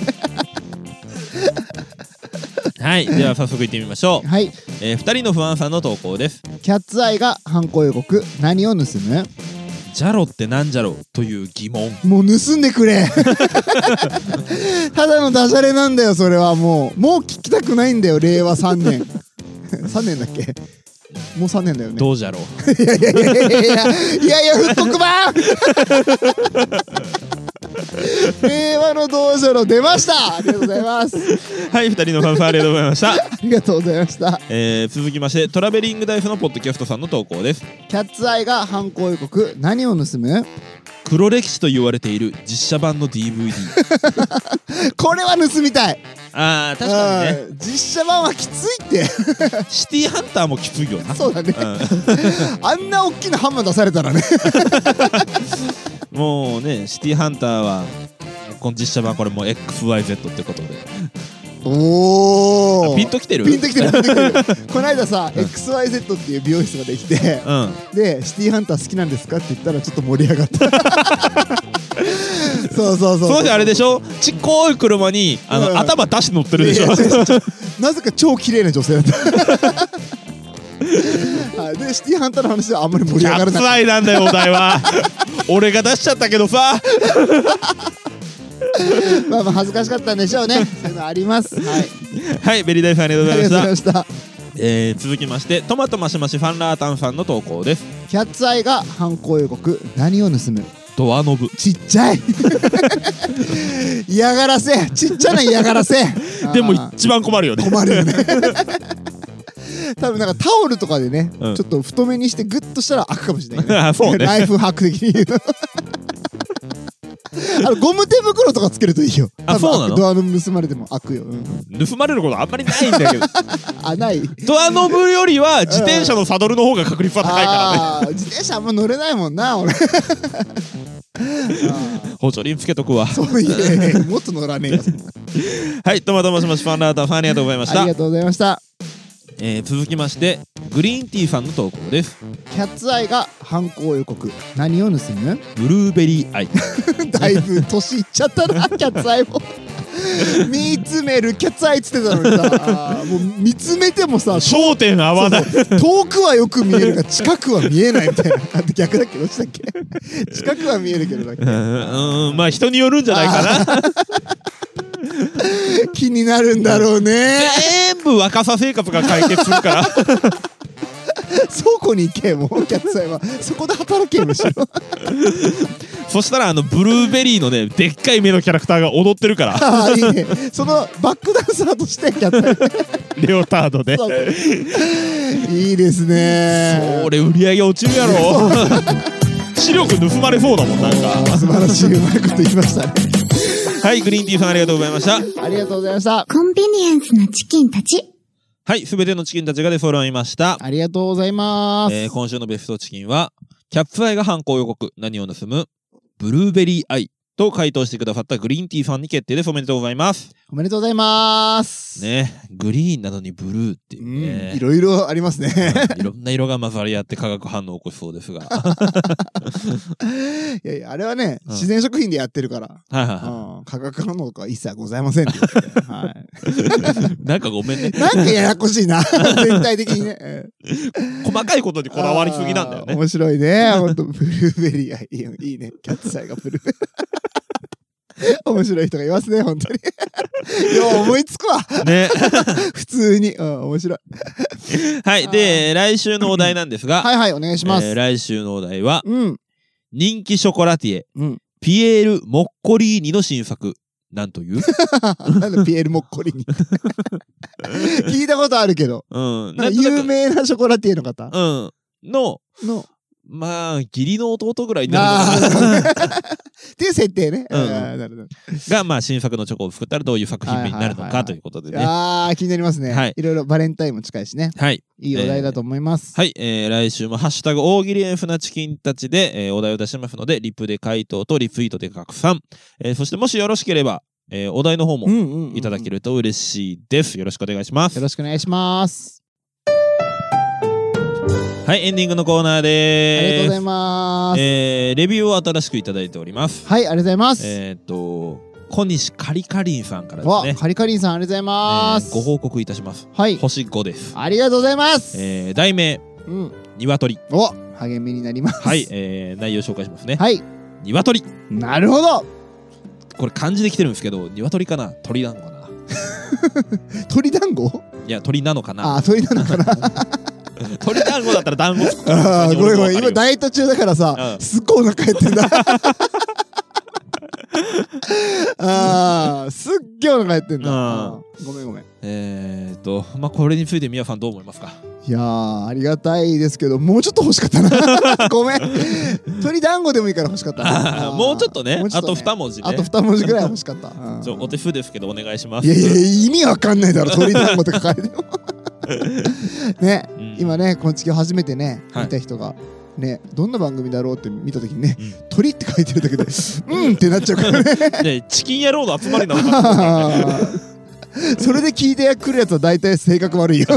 Speaker 1: はいでは早速いってみましょう、
Speaker 2: はい
Speaker 1: えー、2人の不安さんの投稿です
Speaker 2: キャッツアイが犯行予告何を盗む
Speaker 1: ジャロってなんじゃろうという疑問
Speaker 2: もう盗んでく れただのダジャレなんだよそれはもうもう聞きたくないんだよ令和3年 3年だっけもう3年だよね
Speaker 1: どうじゃろう
Speaker 2: いやいやいやいやいやいやいや復刻版 令和の道場の出ましたありがとうございます
Speaker 1: はい、二人のファンファンありがとうございました。
Speaker 2: ありがとうございました
Speaker 1: えー、続きまして、トラベリングダイスのポッドキャストさんの投稿です。
Speaker 2: キャッツアイが犯行予告何を盗む
Speaker 1: 黒歴史と言われている実写版の DVD。
Speaker 2: これは盗みたい
Speaker 1: あー、確かにね。
Speaker 2: うん実写版はきついって
Speaker 1: シティハンターもきついよな。
Speaker 2: そうだね
Speaker 1: う
Speaker 2: あんな大きなハンマー出されたらね
Speaker 1: ん、もうね、シティハンターは、この実写版これもう XYZ ってことで。
Speaker 2: おお
Speaker 1: ピンときてる
Speaker 2: ピンときて るピンときてるこの間さ XYZ っていう美容室ができて
Speaker 1: うん
Speaker 2: で「シティーハンター好きなんですか?」って言ったらちょっと盛り上がった そうそうそう
Speaker 1: そうじゃあれでしょちっこい車にあの、
Speaker 2: うん
Speaker 1: 頭出して乗ってるでしょ
Speaker 2: い やいやちょなぜか超綺麗な女性だったはいでシティーハンターの話はあんまり盛り上がら
Speaker 1: 100
Speaker 2: ない
Speaker 1: 歳なんだよお題 は俺が出しちゃったけどさ
Speaker 2: まあまあ恥ずかしかったんでしょうねそういうのありますはい
Speaker 1: はいベリーダイさんありがとうご
Speaker 2: あ
Speaker 1: ざい
Speaker 2: り
Speaker 1: まし
Speaker 2: がとうございました
Speaker 1: た、えー、続きましてトマトマシマシファンラータンさんの投稿です
Speaker 2: キャッツアイが犯行予告何を盗む
Speaker 1: ドアノブ
Speaker 2: ちっちゃい嫌がらせちっちゃな嫌がらせ
Speaker 1: でも
Speaker 2: あー
Speaker 1: 一番困るよね
Speaker 2: 困るよね 多分なんかタオルとかでね、
Speaker 1: うん
Speaker 2: ちょっと太めにしてグッとしたら開くかもしれない、ね
Speaker 1: あそうね
Speaker 2: ライフハック的に言う とあのゴム手袋とかつけるといいよ
Speaker 1: あ
Speaker 2: 多分
Speaker 1: そうなの
Speaker 2: ドアの盗まれても開くよ、うん
Speaker 1: 盗まれることあんまりないんだけ ど
Speaker 2: あない
Speaker 1: ドアノブよりは自転車のサドルの方が確率は 高いからね
Speaker 2: あー自転車あんま乗れないもん な俺あー
Speaker 1: 包丁につけとくわ
Speaker 2: そういえもっと乗らねえよ
Speaker 1: はいトマトマシマシファンラータンさんありがとうございまし
Speaker 2: あ
Speaker 1: た
Speaker 2: りがとうございました
Speaker 1: えー、続きましてグリーンティーさんの投稿です
Speaker 2: キャッツアイが犯行予告何を盗む
Speaker 1: ブルーベリーアイ
Speaker 2: だいぶ年いっちゃったなキャッツ アイも見つめるキャッツアイっつってたのにさあーもう見つめて もさ
Speaker 1: 焦点合わない
Speaker 2: そうそう遠くはよく見えるが近くは見えないみたいなあと逆だっけどっちだっ け近くは見えるけどだっけ
Speaker 1: うん うんまあ人によるんじゃないかな
Speaker 2: 気になるんだろうね
Speaker 1: 全部若さ生活が解決する から
Speaker 2: 倉庫に行けもうキャッツアイはそこで働 けむしろ
Speaker 1: そしたらあのブルーベリーのねでっかい目のキャラクターが踊ってるから
Speaker 2: ああいいねそのバックダンサーとしてキャッツア イ
Speaker 1: レオタードで
Speaker 2: そういいですね
Speaker 1: 俺売り上げ落ちるやろ 視力盗まれそうだもんなんか
Speaker 2: 素晴らしいうまいこと言いましたね
Speaker 1: はいグリーンティーさんありがとうございました
Speaker 2: ありがとうございました
Speaker 3: コンビニエンスなチキンたち。
Speaker 1: はいすべてのチキンたちが出揃いました、
Speaker 2: ありがとうございます、
Speaker 1: えー今週のベストチキンはキャッツアイが犯行予告何を盗むブルーベリーアイと回答してくださったグリーンティーさんに決定ですおめでとうございます
Speaker 2: おめでとうございます
Speaker 1: ねグリーンなのにブルーっていううね、
Speaker 2: んいろいろありますね
Speaker 1: いろんな色が混ざり合って化学反応を起こしそうですが。 はい
Speaker 2: やいやあれはね、
Speaker 1: うん
Speaker 2: 自然食品でやってるから、
Speaker 1: いはいは
Speaker 2: うん、化学反応とかは一切ございませんっ てことではい、
Speaker 1: い。なんかごめんね。
Speaker 2: なんかややこし いな全体的にね、え
Speaker 1: 細かいことに
Speaker 2: ー
Speaker 1: こだわりすぎなんだよ
Speaker 2: あー
Speaker 1: ね。
Speaker 2: 面白いねほんとブルーベリーがいいよいいねキャッツアイがブルーベ リー面白い人がいますね本 当によう思いつくわ
Speaker 1: ね。
Speaker 2: 普通に、うん、面白い
Speaker 1: はい。で、来週のお題なんですが、
Speaker 2: はいはいお願いします、
Speaker 1: えー来週のお題は、
Speaker 2: うん
Speaker 1: 人気ショコラティエ、
Speaker 2: うん
Speaker 1: ピエール・モッコリーニの新作。なんと いう
Speaker 2: なんでピエール・モッコリ に聞いたことあるけど
Speaker 1: うん。
Speaker 2: な
Speaker 1: なんん
Speaker 2: か
Speaker 1: となく
Speaker 2: 有名なショコラティエの方
Speaker 1: うん。の、
Speaker 2: の
Speaker 1: まあ、義理の弟ぐらいにな
Speaker 2: あ
Speaker 1: るのかな
Speaker 2: ーっていう設定ね、
Speaker 1: うん
Speaker 2: あーなるほど
Speaker 1: が、まあ、新作のチョコを作ったらどういう作品名になるの
Speaker 2: はいはいはいは
Speaker 1: か
Speaker 2: い
Speaker 1: ということでね。
Speaker 2: あー気になりますね、
Speaker 1: はい
Speaker 2: い、ろいろバレンタインも近いしね
Speaker 1: はい。
Speaker 2: いいお題だと思います、
Speaker 1: はい、えー、来週もハッシュタグ大喜利エンフなチキンたちで、えーお題を出しますので、リプで回答とリツイートで拡散。えーそしてもしよろしければ、えーお題の方も
Speaker 2: うんうんうん
Speaker 1: いただけると嬉しいです。よろしくお願いします
Speaker 2: よ。ろしくお願いします
Speaker 1: はい、エンディングのコーナー
Speaker 2: あ
Speaker 1: です。
Speaker 2: りがとうございます、
Speaker 1: えーレビューを新しくいただいております。
Speaker 2: はいありがとうございます、
Speaker 1: えーっと、小西カリカリンさんから
Speaker 2: わ、
Speaker 1: ですね。
Speaker 2: カリカリンさんありがとうございます、
Speaker 1: えーご報告いたします。
Speaker 2: はい
Speaker 1: 星5です。
Speaker 2: ありがとうございます、
Speaker 1: えー題名、
Speaker 2: うん、
Speaker 1: 鶏。
Speaker 2: お励みになります
Speaker 1: はい、えー内容紹介しますね。
Speaker 2: はい
Speaker 1: 鶏。
Speaker 2: なるほど
Speaker 1: これ漢字で来てるんですけど、鶏かな鳥なのかな
Speaker 2: 鳥団子
Speaker 1: いや、鳥なのかな
Speaker 2: あー鳥なのかな
Speaker 1: 鳥団子だったら団子つくから
Speaker 2: あーごめんごめ
Speaker 1: 俺
Speaker 2: ん
Speaker 1: も
Speaker 2: 今
Speaker 1: わかるよ
Speaker 2: ダイエット中だからさ、
Speaker 1: うん
Speaker 2: すっごいお腹減ってん だあーすっげえお腹減ってんだ、
Speaker 1: うん
Speaker 2: うんごめんごめん
Speaker 1: えーっと、まあ、これについて皆さんどう思いますか
Speaker 2: いやーありがたいですけどもうちょっと欲しかったな ごめん鶏団子でもいいから欲しかったな
Speaker 1: あー もうちょっとね、
Speaker 2: もう
Speaker 1: あと2
Speaker 2: 文
Speaker 1: 文字ね。
Speaker 2: あと2文字ぐらい欲 しかった、うん
Speaker 1: ちょお手数ですけど、お願いします。
Speaker 2: いやいや意味わかんないだろ鳥団子って書かれ てもね、
Speaker 1: うん
Speaker 2: 今ねこの月を初めてね、
Speaker 1: はい
Speaker 2: 見た人がねどんな番組だろうって見た時にね、
Speaker 1: うん
Speaker 2: 鳥って書 いてるだけでうんってなっちゃうからね
Speaker 1: ねチキン野郎の集まりなのかな
Speaker 2: あーそれで聞いてくるやつは大体性 格悪いよ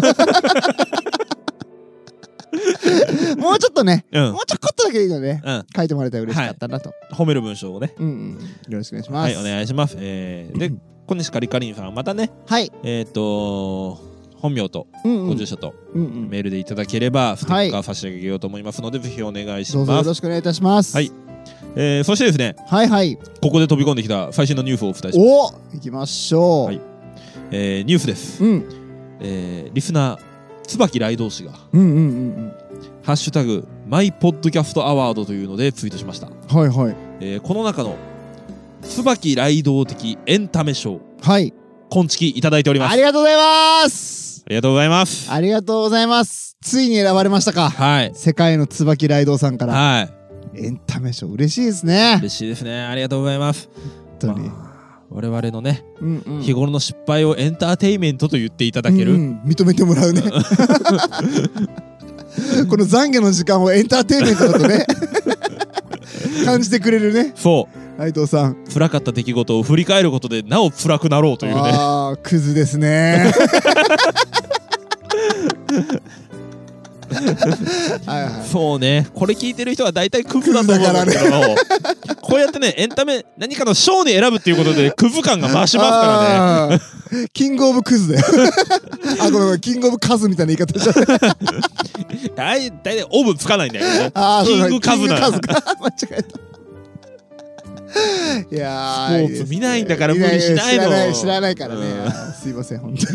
Speaker 2: もうちょっとね、
Speaker 1: うん
Speaker 2: もうちょこっとだけいいので、ね、
Speaker 1: うん
Speaker 2: 書いてもらえたら嬉しかったなと、
Speaker 1: 褒める文章をね
Speaker 2: うんうんよろしくお願いしま
Speaker 1: は
Speaker 2: す
Speaker 1: いお願いしますえーで小西カリカリンさんまたね
Speaker 2: はい
Speaker 1: えっと本名と
Speaker 2: うんう
Speaker 1: ご
Speaker 2: ん
Speaker 1: 住所と
Speaker 2: うんうん
Speaker 1: メールでいただければステッカー差し上げようと思いますのでぜひお願いし
Speaker 2: どうぞ
Speaker 1: ま
Speaker 2: よろ
Speaker 1: す
Speaker 2: しくお願いいたします
Speaker 1: はいえーそしてですね
Speaker 2: はいはい
Speaker 1: ここで飛び込んできた最新のニュースをお伝えします
Speaker 2: お行きましょう、
Speaker 1: はいえーニュースです
Speaker 2: うん、
Speaker 1: えーリスナー椿雷道氏が
Speaker 2: うんうんうん
Speaker 1: 「ハッシュタグマイポッドキャストアワード」というのでツイートしました、
Speaker 2: うんはいはい
Speaker 1: えーこの中の椿雷道的エンタメ賞
Speaker 2: はい
Speaker 1: 今月いただいております
Speaker 2: あ
Speaker 1: あ
Speaker 2: りがとうございます
Speaker 1: りがとうございます
Speaker 2: ありがとうございますついに選ばれましたか
Speaker 1: はい
Speaker 2: 世界の椿ライドさんから
Speaker 1: はい
Speaker 2: エンタメ賞嬉しいですね
Speaker 1: 嬉しいですねありがとうございます
Speaker 2: 本当に、
Speaker 1: まあ我々のね、
Speaker 2: うんうん
Speaker 1: 日頃の失敗をエンターテインメントと言っていただける、
Speaker 2: うんうん認めて もらうねこの懺悔の時間をエンターテインメントだとね感じてくれるね
Speaker 1: そ
Speaker 2: ライドさん
Speaker 1: う辛かった出来事を振り返ることでなお辛くなろうというね
Speaker 2: ああクズで すねはいはい
Speaker 1: そうねこれ聞いてる人は大体クズだと 思うんですけど、こうやってねエンタメ何かの賞に選ぶっていうことでクズ感が増しますからね
Speaker 2: あーキングオブクズだよ あごめんごめんキングオブカズみたいな言い方しちゃった
Speaker 1: 大大体オブつかないんだよね
Speaker 2: あーそう
Speaker 1: キ
Speaker 2: だ
Speaker 1: ングカズな
Speaker 2: キングカズか間違えたいや
Speaker 1: スポーツ
Speaker 2: ですね
Speaker 1: 見ないんだから無理しないの
Speaker 2: 見ない知らないからね、
Speaker 1: うん
Speaker 2: あーすいません本当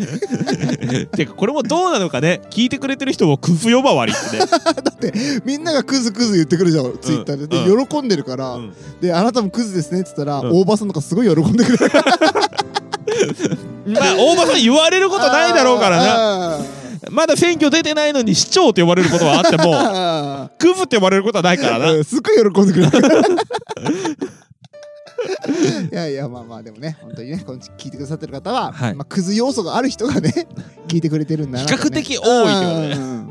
Speaker 2: に
Speaker 1: てかこれもどうなのかね聞いてくれてる人もクズ呼ばわり ってね、
Speaker 2: みんながクズクズ言ってくるじゃん、ツイッターでで、
Speaker 1: う
Speaker 2: 喜んでるから、
Speaker 1: うん
Speaker 2: であなたもクズですねって言ったら、
Speaker 1: うん
Speaker 2: 大場さんとかすごい喜んでくれる
Speaker 1: まあ大場さん言われることないだろうからな
Speaker 2: な
Speaker 1: まだ選挙出てないのに市長って呼ばれることはあって もクズって呼ばれることはないからな
Speaker 2: すっごい喜んでくれるいやいやまあまあでもね本当にねこの聞いてくださってる方は、
Speaker 1: はい
Speaker 2: まあ、クズ要素がある人がね 聞いてくれてるんだなと、ね、
Speaker 1: 比較的多いってことね
Speaker 2: うん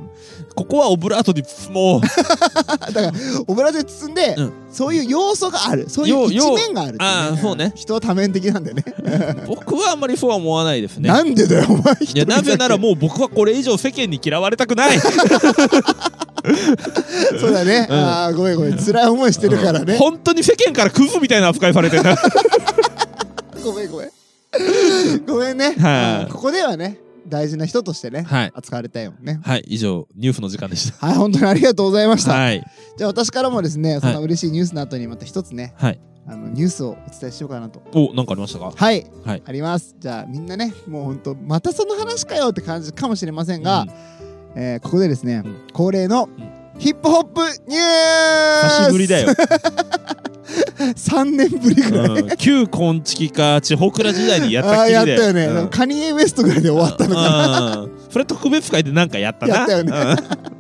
Speaker 1: ここはオブラートにもう
Speaker 2: だからオブラートで包んで、
Speaker 1: うん
Speaker 2: そういう要素があるそういう
Speaker 1: よ
Speaker 2: 一面があるってい
Speaker 1: あーそうね
Speaker 2: 人は多面的なんだよね
Speaker 1: 僕はあんまりそうは思わないですね
Speaker 2: なんでだよお前一
Speaker 1: い
Speaker 2: 人
Speaker 1: や
Speaker 2: だ
Speaker 1: な
Speaker 2: け
Speaker 1: ぜならもう僕はこれ以上世間に嫌われたくない
Speaker 2: そうだね、
Speaker 1: うん
Speaker 2: ああごめんごめん辛い思いしてるからね、
Speaker 1: 本当に世間からクズみたいな扱いされてる
Speaker 2: ごめんごめんごめんね、
Speaker 1: はい
Speaker 2: うんここではね大事な人としてね、
Speaker 1: はい
Speaker 2: 扱われたいもんね
Speaker 1: はい以上ニュースの時間でし
Speaker 2: はい本当にありがとうございましたた、
Speaker 1: はい
Speaker 2: じゃあ私からもですねその嬉しいニュースの後にまた一つね
Speaker 1: はい
Speaker 2: あのニュースをお伝えしようかなと
Speaker 1: おなんかありましたか
Speaker 2: はい、
Speaker 1: はい
Speaker 2: ありますじゃあみんなねもう本当またその話かよって感じかもしれませんが、えーここでですね、
Speaker 1: うん
Speaker 2: 恒例の
Speaker 1: ん
Speaker 2: ヒップホップニュース
Speaker 1: 久しぶりだよ、
Speaker 2: 3年ぶりぐらい、
Speaker 1: うん、旧昆虫か地北ら時代にやった
Speaker 2: あ
Speaker 1: っ
Speaker 2: あ
Speaker 1: きり
Speaker 2: や
Speaker 1: で
Speaker 2: ったよね、
Speaker 1: うん
Speaker 2: カニエ・ウエストぐらいで終わったのかな、
Speaker 1: うんそれ特別会でなんかやったな
Speaker 2: やったよね
Speaker 1: うん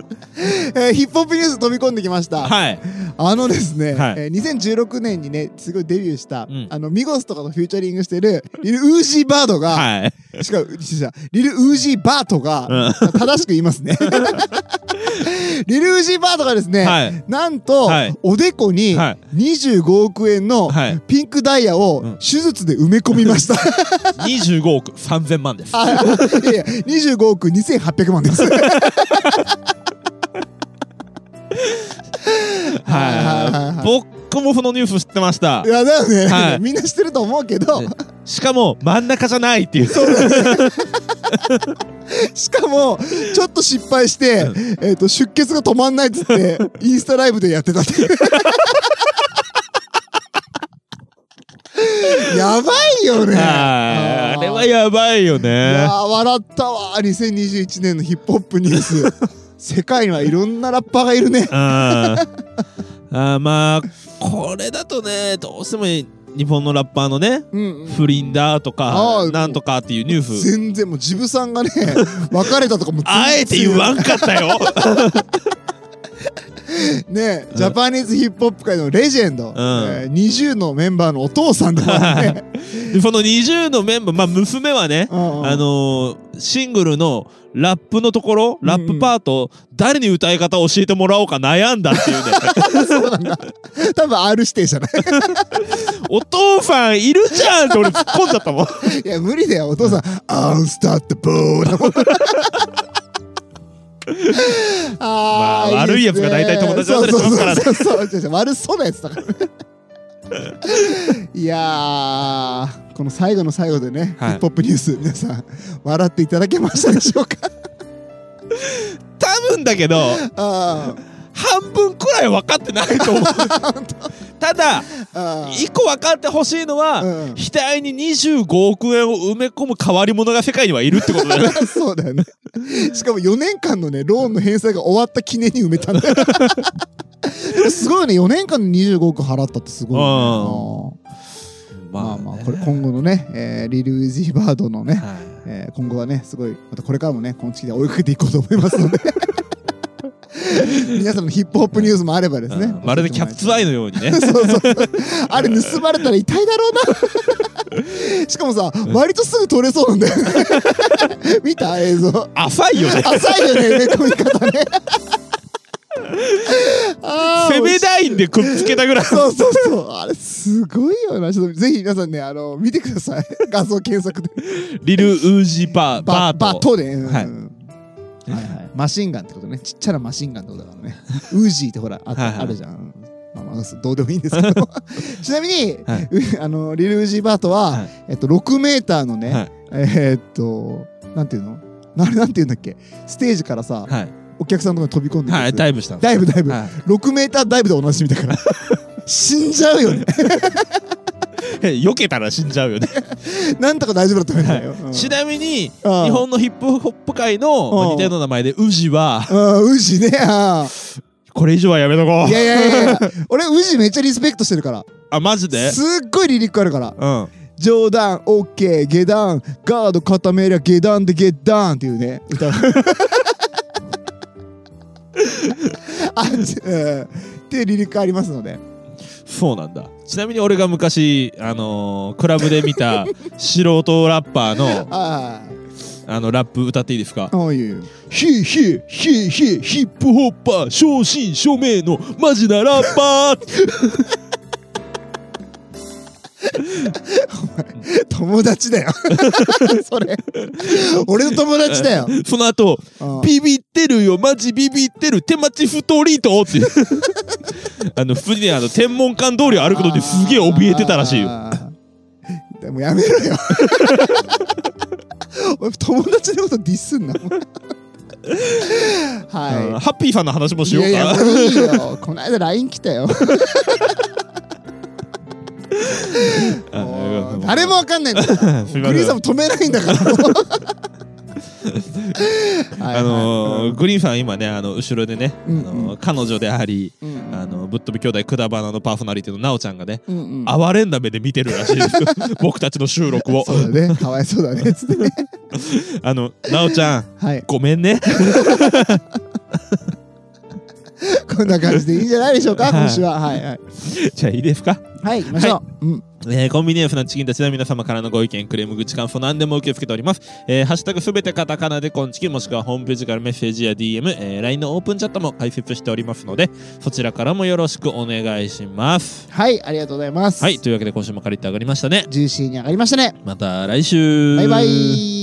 Speaker 2: えーヒップホップニュース飛び込んできました、
Speaker 1: はい
Speaker 2: あのですね、
Speaker 1: はい
Speaker 2: えー2016年にねすごいデビューした、
Speaker 1: うん
Speaker 2: あのミゴスとかとフューチャリングしてるリル・ウージー・バードが、
Speaker 1: はい
Speaker 2: しかも、違うリル・ウージー・バートが、正しく言 いますね。リル・ウージー・バートがですね、
Speaker 1: はい
Speaker 2: なんと、
Speaker 1: はい
Speaker 2: おでこに
Speaker 1: は
Speaker 2: 25億円の
Speaker 1: はい
Speaker 2: ピンクダイヤを
Speaker 1: うん
Speaker 2: 手術で埋め込み ました。
Speaker 1: 25億3000万です
Speaker 2: あいやいや、25億2800 万です。はいはいはい
Speaker 1: はい僕もそのニュース知ってました
Speaker 2: いや、だよね、
Speaker 1: はい
Speaker 2: みんな知ってると思うけど
Speaker 1: ね、しかも真ん中じゃないっていう
Speaker 2: しかも、ちょっと失敗して、
Speaker 1: う
Speaker 2: えっ、と、出血が止まんないっ つって、インスタライブでやってたっていう。 やばいよね。
Speaker 1: はいあれは
Speaker 2: や
Speaker 1: やばいよ
Speaker 2: い
Speaker 1: ね
Speaker 2: やー笑ったわー。2021年のヒップホップニュース。 世界にはいろんなラッパーがいるね。
Speaker 1: あーあーまあこれだとねどうしても日本のラッパーのね
Speaker 2: うん
Speaker 1: 不倫だと
Speaker 2: あ
Speaker 1: か
Speaker 2: ー
Speaker 1: なんとかっていうニュース
Speaker 2: 全然もうジブさん がね別れたとかも全然
Speaker 1: あえて言わんかったよ
Speaker 2: ねジャパニーズヒップホップ界のレジェンド、
Speaker 1: ん
Speaker 2: えー NiziU のメンバーのお父さんだから ね
Speaker 1: でその20のメンバー、まあ、娘はね、
Speaker 2: うんうん
Speaker 1: あのーシングルのラップのところラップパート、誰に歌い方を教えてもらおうか悩んだっていう ね
Speaker 2: 多分 R 指定じゃない
Speaker 1: お父さんいるじゃんって俺突っ込んじゃったもん
Speaker 2: いや無理だよお父さん「アンスタッドボ ー」あー
Speaker 1: まあ
Speaker 2: いいで
Speaker 1: 悪いやつ
Speaker 2: すね
Speaker 1: が大体友達だったりしますからね
Speaker 2: そうそうそうそう違う違う悪そうなやつだからね いやーこの最後の最後でね、
Speaker 1: はい
Speaker 2: ヒップホップニュース皆さん笑っていただけましたでしょうか
Speaker 1: 多分だけど
Speaker 2: あ
Speaker 1: 半分くらい分かってないと 思うただ
Speaker 2: ーあー
Speaker 1: 一個分かってほしいのは、
Speaker 2: うん
Speaker 1: 額に25億円を埋め込む変わり者が世界にはいるってことだよね
Speaker 2: そうだよね。しかも4年間のね、ローンの返済が終わった記念に埋めたんだよ。すごいよね、4年間で25億払ったってすごいよね。 まあまあ、これ今後のね、えーリル・ウィズ・ヒバードのね、
Speaker 1: はい
Speaker 2: えー今後はね、すごい、またこれからもね、この地域で追いかけていこうと思いますの で。皆さんのヒップホップニュースもあればですね。
Speaker 1: うんまるでキャッツアイのように ね
Speaker 2: そうそうそうあれ盗まれたら痛いだろう なしかもさ割とすぐ取れそうなんだよね見た映像
Speaker 1: 浅いよね
Speaker 2: 浅いよね埋め込み 方ね あー
Speaker 1: 攻めラインでくっつけたぐらい
Speaker 2: そうそうそうあれすごいよなちょっとぜひ皆さんねあの見てください 画像検索で
Speaker 1: リル・ウージーパー・
Speaker 2: バ
Speaker 1: バー
Speaker 2: バト
Speaker 1: ト
Speaker 2: で、う
Speaker 1: は
Speaker 2: ん
Speaker 1: い
Speaker 2: はいはいマシンガンってことねちっちゃなマシンガンってことだからねウージーってほらあ,、
Speaker 1: はいはい
Speaker 2: あるじゃんまあまあ、どうでもいいんですけど ちなみに、
Speaker 1: はいう
Speaker 2: あのリル・ウージーバートは、
Speaker 1: はい
Speaker 2: えっと、6メーターのね、
Speaker 1: はい
Speaker 2: えーっとなんていうのあれなんていうんだっけステージからさ、
Speaker 1: はい
Speaker 2: お客さんのとこに飛び込んでいくや
Speaker 1: はい
Speaker 2: つ
Speaker 1: ダイブしたんです
Speaker 2: ダイブダイブ、
Speaker 1: は
Speaker 2: 6メーターダイブでおなじみ だから死んじゃうよね
Speaker 1: 避けたら死ん じゃうよね
Speaker 2: なんとか大丈夫だと思うんだよ、うん
Speaker 1: ちなみに日
Speaker 2: ああ
Speaker 1: 本のヒップホップ界のまあ
Speaker 2: ああ
Speaker 1: 似たような名前でウジは
Speaker 2: うん、ウジね。あ
Speaker 1: これ以上はやめとこ
Speaker 2: ーいうやいやいやいや俺、ウジめっちゃリスペクトしてるから。
Speaker 1: あマジです
Speaker 2: っごいリリックあるから。
Speaker 1: うん
Speaker 2: 冗談、オッケー、下段、ガード固めりゃ下段で下段っていうね、歌 が。あちうんっていうリリックありますので。
Speaker 1: そうなんだちなみに俺が昔あのークラブで見 た素人ラッパーの
Speaker 2: あ
Speaker 1: あのラップ歌っていいですか
Speaker 2: あ、おいよ。
Speaker 1: ヒーヒーヒーヒーヒップホッパー正真正銘のマジなラッパー
Speaker 2: 友達だよ。 それ。俺の友達 だよ。
Speaker 1: その後
Speaker 2: うん
Speaker 1: ビビってるよマジビビってる手待ちストリートっていう あの普通にねあの天文館通りを歩くのにすげえ怯えてたらしいよ
Speaker 2: あー。でもやめろよ。 俺友達のことディスんな。
Speaker 1: うん
Speaker 2: は
Speaker 1: ハッピーさんの話も
Speaker 2: い。
Speaker 1: しようか
Speaker 2: いやいやもういいよ。この間 LINE 来たよ。もう 誰もわかんないんだか ら。
Speaker 1: すいません
Speaker 2: グリーンさんも止めないん だから。もうはい
Speaker 1: あのー
Speaker 2: はい
Speaker 1: グリーンさん今ねあの後ろでね、
Speaker 2: うん
Speaker 1: あのー彼女であり、
Speaker 2: うんうん
Speaker 1: あのぶっ飛び兄弟くだばなのパーソナリティのなおちゃんがね、
Speaker 2: うんうん
Speaker 1: 哀れんだ目で見てるらしいです 僕たちの収録を
Speaker 2: そうだね。かわいそうだね。つってね。
Speaker 1: あのなおちゃん
Speaker 2: はい。
Speaker 1: ごめんね
Speaker 2: こんな感じでいいんじゃないでしょうか。
Speaker 1: はい
Speaker 2: 今週は。はいはい。
Speaker 1: じゃあいいですか
Speaker 2: はい、行きましょう。うん。
Speaker 1: えーコンビニエンスなチキンたちの皆様からのご意見、クレーム、口感想、何でも受け付けております。えーハッシュタグすべてカタカナでコンチキ、もしくはホームページからメッセージや DM、えー LINE のオープンチャットも開設しておりますので、そちらからもよろしくお願いします。
Speaker 2: はい、ありがとうございます。
Speaker 1: はい、というわけで今週も借りて上がりましたね。
Speaker 2: ジューシーに上がりましたね。
Speaker 1: また来週
Speaker 2: バイバイ。